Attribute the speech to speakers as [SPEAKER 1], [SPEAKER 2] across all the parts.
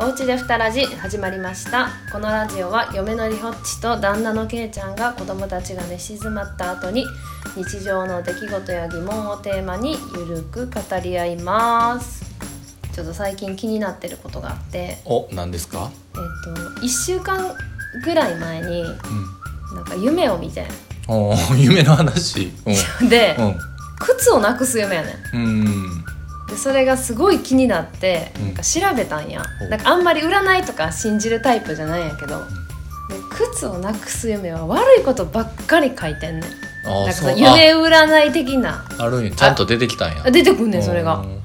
[SPEAKER 1] おうちでふたラジ始まりましたこのラジオは嫁のりほっちと旦那のけいちゃんが子供たちが寝静まった後に日常の出来事や疑問をテーマにゆるく語り合いますちょっと最近気になってることがあってえっ
[SPEAKER 2] お、何ですか？
[SPEAKER 1] と1週間ぐらい前に
[SPEAKER 2] うん。
[SPEAKER 1] なんか夢を見てん
[SPEAKER 2] おー 夢の話。
[SPEAKER 1] で、
[SPEAKER 2] うん。
[SPEAKER 1] 靴をなくす夢やねん
[SPEAKER 2] うん。うん。
[SPEAKER 1] でそれがすごい気になって
[SPEAKER 2] うん
[SPEAKER 1] なんか調べたんや、
[SPEAKER 2] ほう
[SPEAKER 1] なんかあんまり占いとか信じるタイプじゃないんやけど、で靴をなくす夢は悪いことばっかり書いてんねんなん
[SPEAKER 2] あー、
[SPEAKER 1] かそ
[SPEAKER 2] そうう。あ、
[SPEAKER 1] 夢占い的な
[SPEAKER 2] あるんや。ちゃんと出てきたんや。
[SPEAKER 1] 出てくんねんそれが
[SPEAKER 2] うん。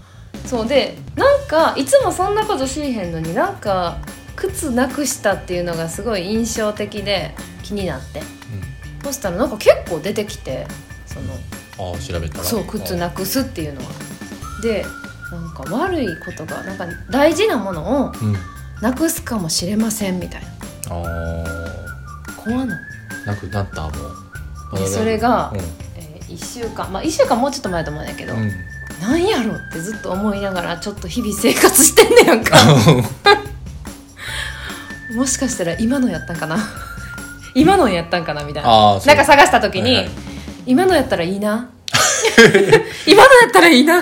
[SPEAKER 1] そうでなんかいつもそんなことしいへんのになんか靴なくしたっていうのがすごい印象的で気になってそしたらなんか結構出てきてその
[SPEAKER 2] あー、調べたら。
[SPEAKER 1] そう靴なくすっていうのはでなんか悪いことがなんか大事なものを
[SPEAKER 2] うん。うん。
[SPEAKER 1] なくすかもしれませんみたいな
[SPEAKER 2] あ
[SPEAKER 1] 怖ない、
[SPEAKER 2] あ、なくなったもうま
[SPEAKER 1] で
[SPEAKER 2] だ。
[SPEAKER 1] それが
[SPEAKER 2] うん。
[SPEAKER 1] えー、1週間まあ1週間もうちょっと前だと思うんだけど、
[SPEAKER 2] うん。
[SPEAKER 1] なんやろってずっと思いながらちょっと日々生活してんねやんか もしかしたら今のやったんかな 今のやったんかなみたいな
[SPEAKER 2] あーそう
[SPEAKER 1] なんか探した時に、
[SPEAKER 2] はいはい
[SPEAKER 1] 今のやったらいい な今のやったらいいな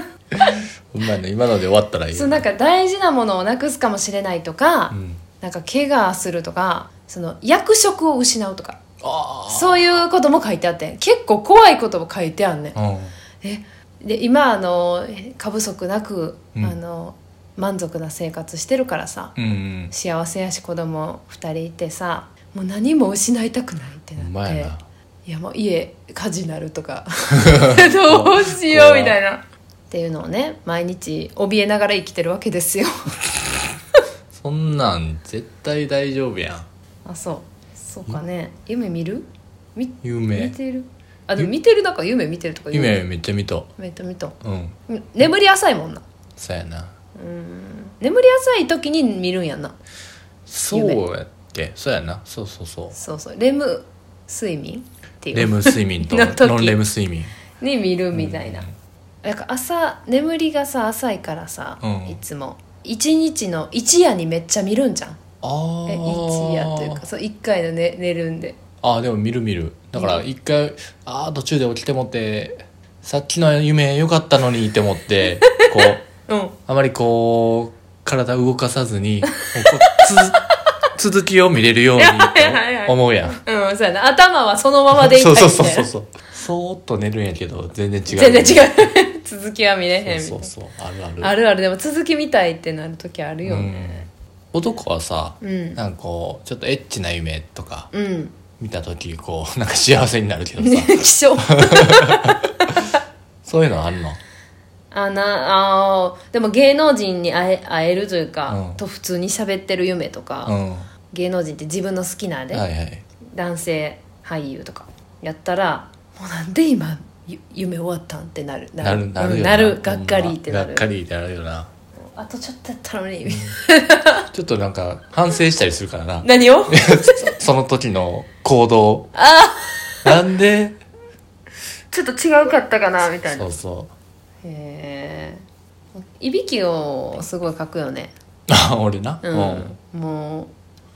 [SPEAKER 2] ほんまやね。今ので終わったらいい。
[SPEAKER 1] そうなんか大事なものをなくすかもしれないとか、
[SPEAKER 2] うん。
[SPEAKER 1] なんか怪我するとかその役職を失うとか
[SPEAKER 2] ああ。
[SPEAKER 1] そういうことも書いてあって結構怖いことも書いてあんねん
[SPEAKER 2] うん。
[SPEAKER 1] えで今あの過不足なく、
[SPEAKER 2] うん
[SPEAKER 1] あの満足な生活してるからさ、
[SPEAKER 2] うん。
[SPEAKER 1] 幸せやし子供二人いてさもう何も失いたくないって
[SPEAKER 2] ほん
[SPEAKER 1] なっ
[SPEAKER 2] ま
[SPEAKER 1] て
[SPEAKER 2] やな。
[SPEAKER 1] いやもう家火事なると か どうしようみたいなっていうのをね毎日怯えながら生きてるわけですよ
[SPEAKER 2] そんなん絶対大丈夫やん。
[SPEAKER 1] あそうそうかね夢見るみ
[SPEAKER 2] 夢
[SPEAKER 1] 見てるあでも見てるなんか夢見てるとか言う
[SPEAKER 2] 夢めっちゃ見た。
[SPEAKER 1] めっちゃ見た
[SPEAKER 2] うん。
[SPEAKER 1] うん眠り浅いもんな
[SPEAKER 2] そうやな。
[SPEAKER 1] 眠り浅い時に見るんやんな
[SPEAKER 2] そうやってそうやなそうそうそう
[SPEAKER 1] そうそうレム睡眠っていう
[SPEAKER 2] レム睡眠 と
[SPEAKER 1] の時
[SPEAKER 2] ノンレム睡眠
[SPEAKER 1] に見るみたいな、なんか朝眠りがさ浅いからさ、
[SPEAKER 2] うん
[SPEAKER 1] いつも一日の一夜にめっちゃ見るんじゃん
[SPEAKER 2] あ
[SPEAKER 1] え一夜というかそう一回の、ね、寝るんで
[SPEAKER 2] あーでも見る見るだから一回ああ途中で起きてもってさっきの夢良かったのにって思って こう
[SPEAKER 1] うん
[SPEAKER 2] あまりこう体動かさ ずにこうつ続きを見れるように
[SPEAKER 1] はいはいはい
[SPEAKER 2] と思うやん
[SPEAKER 1] うんそうやな頭はそのままでいた
[SPEAKER 2] そ
[SPEAKER 1] いうみたい
[SPEAKER 2] そ
[SPEAKER 1] な
[SPEAKER 2] うそうそうそうそーっと寝るんやけど全然違う
[SPEAKER 1] 全然違う続きは見れへんみたいな
[SPEAKER 2] そうそうそうあるある
[SPEAKER 1] あるあるでも続き見たいってなる時あるよね
[SPEAKER 2] うん、男はさ、
[SPEAKER 1] うん
[SPEAKER 2] なんかこうちょっとエッチな夢とか
[SPEAKER 1] うん、
[SPEAKER 2] 見た時こうなん か幸せになるけどさ
[SPEAKER 1] 希少
[SPEAKER 2] そういうのあんの
[SPEAKER 1] あなあーでも芸能人に会え会えるというか、
[SPEAKER 2] うん
[SPEAKER 1] と普通に喋ってる夢とか、
[SPEAKER 2] うんは
[SPEAKER 1] 芸能人って自分の好きなあ
[SPEAKER 2] い
[SPEAKER 1] れ、
[SPEAKER 2] はい
[SPEAKER 1] 男性俳優とかやったらもうなんで今ゆ夢終わったんってなる
[SPEAKER 2] なるなるよ
[SPEAKER 1] うん
[SPEAKER 2] な
[SPEAKER 1] なるがっかりってな
[SPEAKER 2] が
[SPEAKER 1] る
[SPEAKER 2] っかりってなるよな
[SPEAKER 1] あとちょっとやったのに
[SPEAKER 2] ちょっとなんか反省したりするから な
[SPEAKER 1] 何 を
[SPEAKER 2] その時の行動
[SPEAKER 1] あ
[SPEAKER 2] なんで
[SPEAKER 1] ちょっと違うかったかなみたいな
[SPEAKER 2] そ
[SPEAKER 1] へ
[SPEAKER 2] うそう
[SPEAKER 1] えいびきをすごい書くよね
[SPEAKER 2] あ俺な、
[SPEAKER 1] う
[SPEAKER 2] うんん、
[SPEAKER 1] もう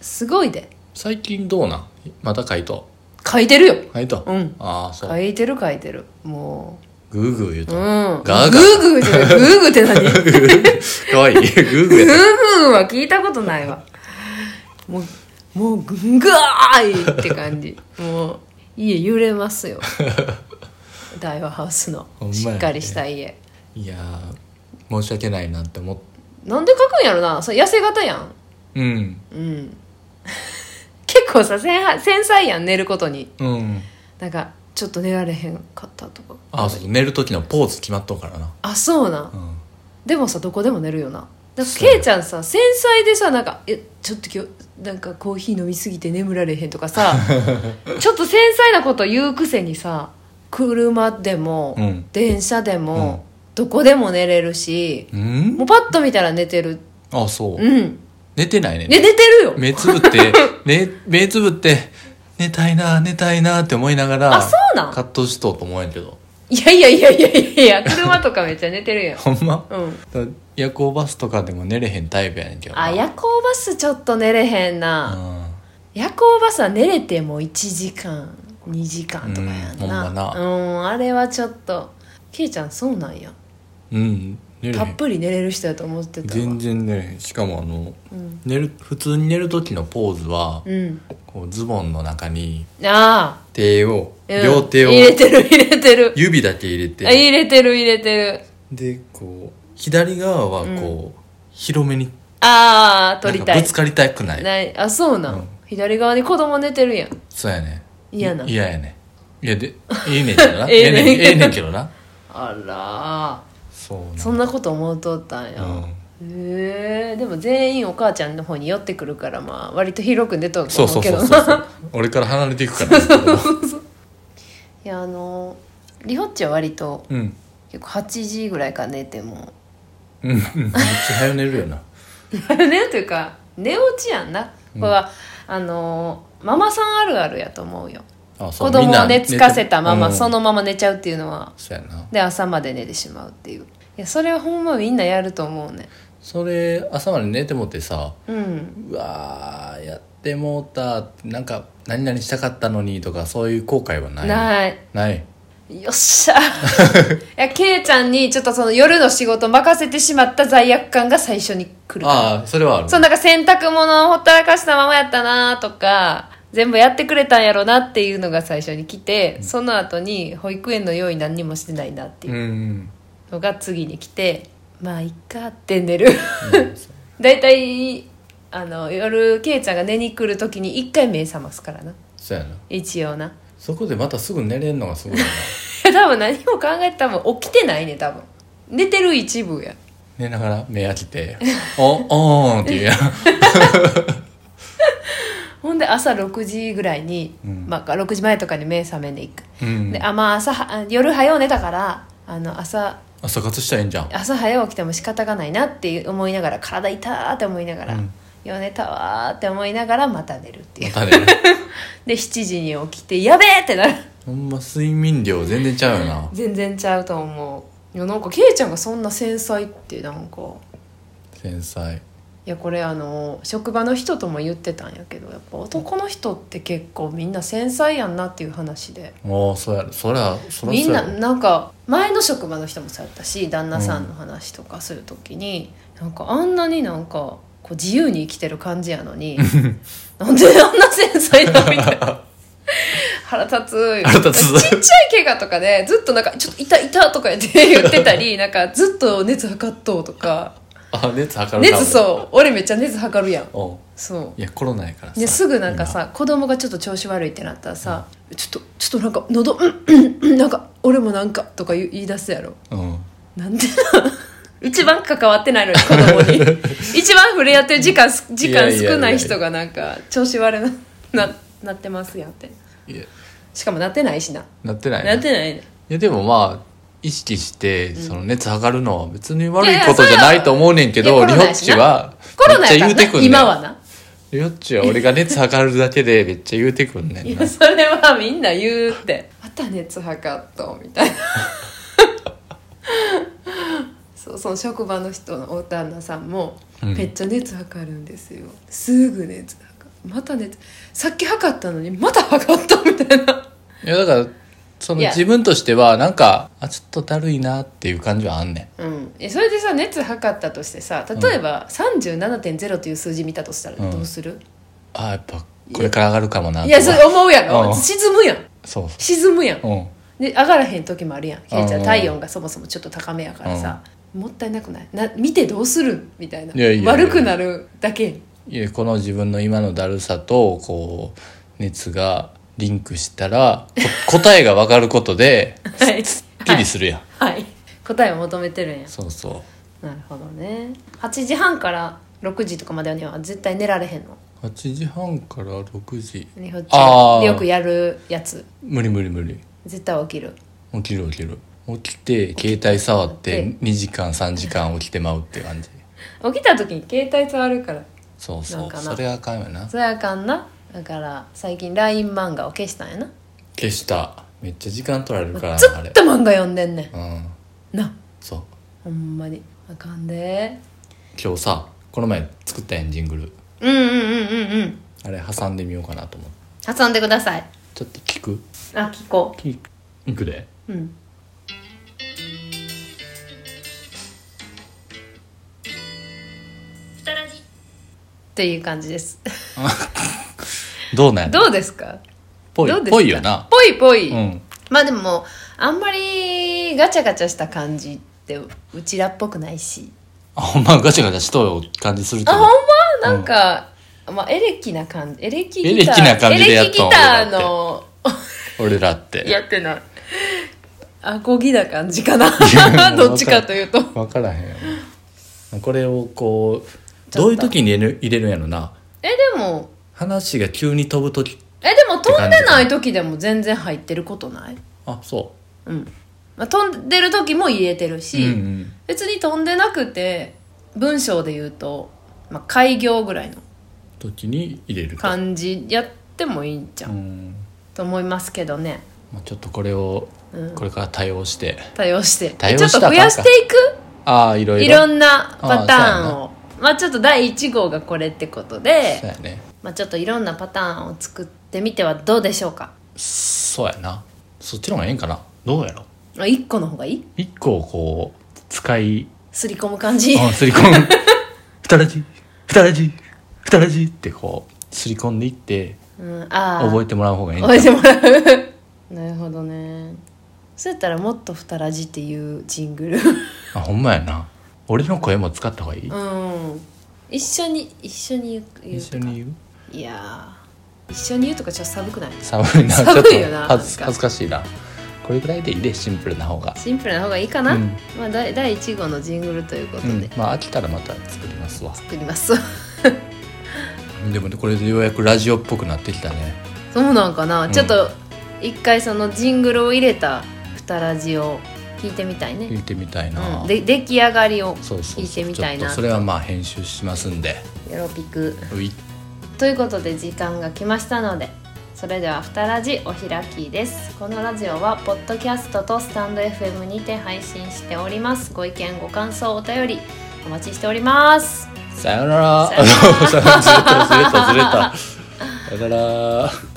[SPEAKER 1] すごいで
[SPEAKER 2] 最近どうなんまた回答
[SPEAKER 1] 書いてるよ
[SPEAKER 2] 回答、
[SPEAKER 1] うん
[SPEAKER 2] ああそう、
[SPEAKER 1] 書いてる書いてるも
[SPEAKER 2] グーグー言う
[SPEAKER 1] う
[SPEAKER 2] と、
[SPEAKER 1] うん
[SPEAKER 2] ガーガー
[SPEAKER 1] グーグーってグーグーって 何グー
[SPEAKER 2] かわいいグーグーやった
[SPEAKER 1] グーは聞いたことないわもうもうグンガーイって感じもう家揺れます よ大和ハウスの
[SPEAKER 2] ほんま
[SPEAKER 1] し
[SPEAKER 2] やね
[SPEAKER 1] っかりした家
[SPEAKER 2] いやー申し訳ないなって思っ
[SPEAKER 1] なんで書くんやろなそれ痩せ型やん
[SPEAKER 2] うん
[SPEAKER 1] うん結構さ繊細繊細やん寝ることに
[SPEAKER 2] うん
[SPEAKER 1] なんかちょっと寝られへんかったとか
[SPEAKER 2] あそう寝る時のポーズ決まっとうからな
[SPEAKER 1] あそうなん
[SPEAKER 2] うん
[SPEAKER 1] でもさどこでも寝るよなだから
[SPEAKER 2] そう
[SPEAKER 1] ケイちゃんさ繊細でさなんか「えちょっと今日なんかコーヒー飲みすぎて眠られへん」とかさ ちょっと繊細なこと言うくせにさ車でも、
[SPEAKER 2] うん
[SPEAKER 1] 電車でも、どこでも寝れるし、
[SPEAKER 2] うん
[SPEAKER 1] もうパッと見たら寝てる
[SPEAKER 2] あそう、
[SPEAKER 1] うん
[SPEAKER 2] 寝てないね
[SPEAKER 1] 寝寝てるよ
[SPEAKER 2] 目つぶ って、ね、目つぶって寝たいな寝たいなって思いながら
[SPEAKER 1] あそうなん
[SPEAKER 2] 葛藤しとうと思うんやけど
[SPEAKER 1] いやいやいやいやいやいや車とかめっちゃ寝てるやん
[SPEAKER 2] ほんま
[SPEAKER 1] うん
[SPEAKER 2] だから夜行バスとかでも寝れへんタイプやねんけどな
[SPEAKER 1] あ夜行バスちょっと寝れへんな、夜行バスは寝れても1時間2時間とかやんな
[SPEAKER 2] うんほんまな
[SPEAKER 1] うんあれはちょっとけいちゃんそうなんや
[SPEAKER 2] うん、うん、寝れへ
[SPEAKER 1] たっ
[SPEAKER 2] ん
[SPEAKER 1] ぷり寝れる人やと思ってたわ
[SPEAKER 2] 全然寝れへんしかもあの
[SPEAKER 1] うん、
[SPEAKER 2] 寝る普通に寝る時のポーズは、
[SPEAKER 1] うん、
[SPEAKER 2] こうズボンの中に
[SPEAKER 1] ああ
[SPEAKER 2] 手を
[SPEAKER 1] うん
[SPEAKER 2] 両手を
[SPEAKER 1] 入れてる入れてる
[SPEAKER 2] 指だけ入れ
[SPEAKER 1] あ
[SPEAKER 2] て
[SPEAKER 1] 入れてる入れてる
[SPEAKER 2] でこう左側はこう、広めに
[SPEAKER 1] ああ取りた
[SPEAKER 2] なんか
[SPEAKER 1] い
[SPEAKER 2] ぶつかりたくない
[SPEAKER 1] ないあそうなん、
[SPEAKER 2] うん
[SPEAKER 1] 左側に子供寝てるやん
[SPEAKER 2] そうやね
[SPEAKER 1] 嫌ない
[SPEAKER 2] ややねいやで ええねんけどな
[SPEAKER 1] ええねん
[SPEAKER 2] ええねんけどな
[SPEAKER 1] あら
[SPEAKER 2] そう
[SPEAKER 1] ーそんなこと思うとったんや、
[SPEAKER 2] うん
[SPEAKER 1] へえでも全員お母ちゃんの方に寄ってくるからまあ割と広く出とると
[SPEAKER 2] そう
[SPEAKER 1] 思
[SPEAKER 2] そう
[SPEAKER 1] うけ
[SPEAKER 2] そ
[SPEAKER 1] ど
[SPEAKER 2] う
[SPEAKER 1] な
[SPEAKER 2] そう俺から離れていくから
[SPEAKER 1] いやあのリホッチは割と
[SPEAKER 2] うん
[SPEAKER 1] 結構8時ぐらいから寝ても
[SPEAKER 2] うんうんめっちゃ早寝るよな
[SPEAKER 1] 寝るというか寝落ちやんなこれは、あのママさんあるあるやと思うよ
[SPEAKER 2] あそう
[SPEAKER 1] 子供
[SPEAKER 2] みん
[SPEAKER 1] を
[SPEAKER 2] な
[SPEAKER 1] 寝つかせたまま、
[SPEAKER 2] うん
[SPEAKER 1] そのまま寝ちゃうっていうのは
[SPEAKER 2] そうやな
[SPEAKER 1] で朝まで寝てしまうっていういやそれはほんまみんなやると思うね
[SPEAKER 2] それ朝まで寝てもってさ
[SPEAKER 1] うん
[SPEAKER 2] うわーやってもうたなんか何々したかったのにとかそういう後悔はない
[SPEAKER 1] ない
[SPEAKER 2] ない
[SPEAKER 1] よっし ゃいやケイちゃんにちょっとその夜の仕事任せてしまった罪悪感が最初に来る
[SPEAKER 2] ああそれはある
[SPEAKER 1] そうなんか洗濯物をほったらかしたままやったなとか全部やってくれたんやろなっていうのが最初に来て、その後に保育園のように何にもしてないなっていううんのが次に来て、まあいっかって寝る 大体あの夜ケイちゃんが寝に来る時に一回目覚ますからな
[SPEAKER 2] そうやな
[SPEAKER 1] 一応な
[SPEAKER 2] そこでまたすぐ寝れんのがすごい な
[SPEAKER 1] 多分何も考えて多分起きてないね多分寝てる一部や
[SPEAKER 2] 寝ながら目開 けて「おおーん」っていうやん
[SPEAKER 1] ほんで朝6時ぐらいに、
[SPEAKER 2] うん
[SPEAKER 1] まあ、6時前とかに目覚めに行く、
[SPEAKER 2] うん
[SPEAKER 1] であまあ朝はあ夜早う寝たからあの朝
[SPEAKER 2] 朝活したらいいんじゃん
[SPEAKER 1] 朝早起きても仕方がないなって思いながら体痛ーって思いながら、
[SPEAKER 2] うん
[SPEAKER 1] 夜寝たわーって思いながらまた寝るっていう
[SPEAKER 2] だ ね
[SPEAKER 1] で7時に起きてやべえってなる
[SPEAKER 2] ほんま睡眠量全然ちゃうよな
[SPEAKER 1] 全然ちゃうと思ういやなんかケイちゃんがそんな繊細ってなんか
[SPEAKER 2] 繊細
[SPEAKER 1] いやこれあの職場の人とも言ってたんやけどやっぱ男の人って結構みんな繊細やんなっていう話で
[SPEAKER 2] おおそうやろそりゃそ
[SPEAKER 1] み
[SPEAKER 2] りゃそ
[SPEAKER 1] ん
[SPEAKER 2] うや
[SPEAKER 1] な
[SPEAKER 2] ろ
[SPEAKER 1] なんか前の職場の人もそうやったし旦那さんの話とかする時に、なんかあんなになんかこう自由に生きてる感じやの になんであんな繊細なのみたいな腹立つ
[SPEAKER 2] 腹立つ
[SPEAKER 1] ちっちゃい怪我とかでずっとなんか「ちょっと痛い痛」とか言って言ってたりなんかずっと熱測っとうとか
[SPEAKER 2] あ熱測る
[SPEAKER 1] 熱そう俺めっちゃ熱測るやん
[SPEAKER 2] おう
[SPEAKER 1] そう
[SPEAKER 2] いやコロナやからさ
[SPEAKER 1] ですぐなんかさ子供がちょっと調子悪いってなったらさ、ちょっとちょっとなんか喉うんうんうんなんか俺もなんかとか言う言い出すやろ
[SPEAKER 2] 今うん
[SPEAKER 1] なんでなん 一番関わってないのに子供に 一番触れ合ってる時間す時間少ない人がなんか調子悪なななってますやんって
[SPEAKER 2] いや
[SPEAKER 1] しかもなってないしな、
[SPEAKER 2] なってない
[SPEAKER 1] なってないね
[SPEAKER 2] いやでもまあ意識してその熱測るのは別に悪
[SPEAKER 1] い
[SPEAKER 2] い
[SPEAKER 1] やいや
[SPEAKER 2] ことじゃないと思うねんけ
[SPEAKER 1] いや
[SPEAKER 2] ど
[SPEAKER 1] コロ
[SPEAKER 2] リホ
[SPEAKER 1] ナや
[SPEAKER 2] ッ
[SPEAKER 1] し
[SPEAKER 2] チ
[SPEAKER 1] な
[SPEAKER 2] は
[SPEAKER 1] コロナ
[SPEAKER 2] めっち
[SPEAKER 1] や
[SPEAKER 2] ゃ
[SPEAKER 1] か
[SPEAKER 2] 言
[SPEAKER 1] ら
[SPEAKER 2] うて
[SPEAKER 1] な
[SPEAKER 2] くんねん
[SPEAKER 1] 今はな
[SPEAKER 2] リホッチは俺が熱測るだけでめっちゃ言うてくんね
[SPEAKER 1] い
[SPEAKER 2] んな
[SPEAKER 1] やそれはみんな言うってまた熱測っとみたいなそうその職場の人のお旦那さんも、
[SPEAKER 2] うん
[SPEAKER 1] めっちゃ熱測るんですよすぐ熱測るまた熱さっき測ったのにまた測ったみたいない
[SPEAKER 2] やだからその
[SPEAKER 1] いや
[SPEAKER 2] 自分としてはなんかあちょっとだるいなっていう感じはあんね
[SPEAKER 1] うんえそれでさ熱測ったとしてさ例えば37.0という数字見たとしたら
[SPEAKER 2] うん
[SPEAKER 1] どうする、
[SPEAKER 2] んあやっぱこれから上がるかもなと
[SPEAKER 1] い
[SPEAKER 2] か
[SPEAKER 1] やそれ思うやろ、
[SPEAKER 2] うん
[SPEAKER 1] 沈むやん
[SPEAKER 2] そう
[SPEAKER 1] 沈むやん
[SPEAKER 2] そううん
[SPEAKER 1] で上がらへん時もあるやんケイちゃ
[SPEAKER 2] うんん
[SPEAKER 1] 体温がそもそもちょっと高めやからさ、もったいなくないな見てどうするみたいない
[SPEAKER 2] やいやいや
[SPEAKER 1] 悪くなるだけ
[SPEAKER 2] いやこの自分の今のだるさとこう熱がリンクしたら こ答えが分かることで
[SPEAKER 1] はい
[SPEAKER 2] ピリするやん、
[SPEAKER 1] はい、はい答えを求めてるんや
[SPEAKER 2] そうそ
[SPEAKER 1] なるほどね8時半から6時とかまでには絶対寝られへんの
[SPEAKER 2] う8時半から6時
[SPEAKER 1] 日本
[SPEAKER 2] あー
[SPEAKER 1] よくやるやつ
[SPEAKER 2] 無理無理無理
[SPEAKER 1] 絶対起きる
[SPEAKER 2] 起きる起きる起きて携帯触っ
[SPEAKER 1] 起
[SPEAKER 2] て2時間3時間起きてまうって感じ
[SPEAKER 1] 起きた時に携帯触るから
[SPEAKER 2] そう
[SPEAKER 1] な
[SPEAKER 2] そ
[SPEAKER 1] ん
[SPEAKER 2] う
[SPEAKER 1] かな
[SPEAKER 2] それはあかんよな
[SPEAKER 1] それあかんなだから最近 LINE 漫画を消したんやな
[SPEAKER 2] 消しためっちゃ時間取られるから
[SPEAKER 1] ず
[SPEAKER 2] なあ
[SPEAKER 1] っ
[SPEAKER 2] れ
[SPEAKER 1] と漫画読んでんね
[SPEAKER 2] うん
[SPEAKER 1] んな
[SPEAKER 2] そう
[SPEAKER 1] ほんまにあかんで
[SPEAKER 2] 今日さこの前作ったやんジングル
[SPEAKER 1] うんうんうんうんうん
[SPEAKER 2] あれ挟んでみようかなと思って
[SPEAKER 1] 挟んでください
[SPEAKER 2] ちょっと聞く
[SPEAKER 1] あ聞こ
[SPEAKER 2] 聞くいくで
[SPEAKER 1] ううんっていう感じです。
[SPEAKER 2] どうなんやろ
[SPEAKER 1] どうですか
[SPEAKER 2] ぽい
[SPEAKER 1] どうですか
[SPEAKER 2] ぽいよな
[SPEAKER 1] ぽいぽい。
[SPEAKER 2] うん
[SPEAKER 1] まあでもあんまりガチャガチャした感じってうちらっぽくないし
[SPEAKER 2] あほんまガチャガチャしとる感じするけ
[SPEAKER 1] あ
[SPEAKER 2] ど
[SPEAKER 1] ほんまなんか、まあ、エレキな感じエレキギター
[SPEAKER 2] エレキな感じでやっ
[SPEAKER 1] エレ
[SPEAKER 2] とん
[SPEAKER 1] キギターの
[SPEAKER 2] 俺らって
[SPEAKER 1] やってない アコギな感じかな どっちかというと
[SPEAKER 2] 分からへんよなこれをこうどういう時に入れる入れるんやろな
[SPEAKER 1] えでも
[SPEAKER 2] 話が急に飛ぶ時
[SPEAKER 1] えでも飛んでない時でも全然入ってることない
[SPEAKER 2] あそ
[SPEAKER 1] うん、まあ、飛んでる時も入れてる
[SPEAKER 2] う、
[SPEAKER 1] し、
[SPEAKER 2] うんうん
[SPEAKER 1] 別に飛んでなくて文章で言うと、まあ、開業ぐらいの
[SPEAKER 2] 時に入れると
[SPEAKER 1] 感じやってもいいんじゃ、
[SPEAKER 2] うんん、
[SPEAKER 1] と思いますけどね
[SPEAKER 2] まあ、ちょっとこれを
[SPEAKER 1] うん
[SPEAKER 2] これから対応して、
[SPEAKER 1] 対応して
[SPEAKER 2] 対応した
[SPEAKER 1] ちょっと増やしていく
[SPEAKER 2] ああいろいろ
[SPEAKER 1] いろんなパターン
[SPEAKER 2] あ
[SPEAKER 1] をまあちょっと第1号がこれってことで
[SPEAKER 2] そう、やね
[SPEAKER 1] まあ、ちょっといろんなパターンを作ってみてはどうでしょうか
[SPEAKER 2] そうやなそっちの方がええんかなどうやろ
[SPEAKER 1] 1個の方がいい
[SPEAKER 2] 一個をこう使い
[SPEAKER 1] すり込む感じ
[SPEAKER 2] うんすり込む ふたらじふたらじふたらじってこうすり込んでいって
[SPEAKER 1] うん、ああ
[SPEAKER 2] 覚えてもらう方がええんちゃう
[SPEAKER 1] 覚えてもらう なるほどねそうやったらもっと「ふたらじ」っていうジングル
[SPEAKER 2] あほんまやな俺の声も使った方がいい、
[SPEAKER 1] うん一緒に一緒に言う
[SPEAKER 2] 一緒に言う
[SPEAKER 1] いやー一緒に言うとかちょっと寒くない
[SPEAKER 2] 寒いな
[SPEAKER 1] 寒いよ
[SPEAKER 2] ちょっ
[SPEAKER 1] な
[SPEAKER 2] と恥
[SPEAKER 1] な
[SPEAKER 2] ず
[SPEAKER 1] んか
[SPEAKER 2] 恥ずかしいなこれぐらいでいいでシンプルな方が
[SPEAKER 1] シンプルな方がいいかな、
[SPEAKER 2] うん
[SPEAKER 1] まあ、だい第1号のジングルということ
[SPEAKER 2] う
[SPEAKER 1] で、
[SPEAKER 2] んまあ飽きたらまた作りますわ
[SPEAKER 1] 作ります
[SPEAKER 2] でもねこれでようやくラジオっぽくなってきたね
[SPEAKER 1] そうなんかな、
[SPEAKER 2] うん
[SPEAKER 1] ちょっと一回そのジングルを入れた「ふたらじ」を聞いてみたい
[SPEAKER 2] 聞
[SPEAKER 1] ね、
[SPEAKER 2] いてみたいな、
[SPEAKER 1] うん、で出来上がりを
[SPEAKER 2] そうそうそう
[SPEAKER 1] 聞いてみたい
[SPEAKER 2] ちょっ
[SPEAKER 1] な
[SPEAKER 2] とそれはまあ編集しますんで
[SPEAKER 1] よろぴく
[SPEAKER 2] うい
[SPEAKER 1] ということで時間が来ましたのでそれでは「ふたらじ」お開きですこのラジオはポッドキャストとスタンド FM にて配信しておりますご意見ご感想お便りお待ちしております
[SPEAKER 2] さよなら
[SPEAKER 1] さよなら
[SPEAKER 2] ずれたずれたずれたさよなら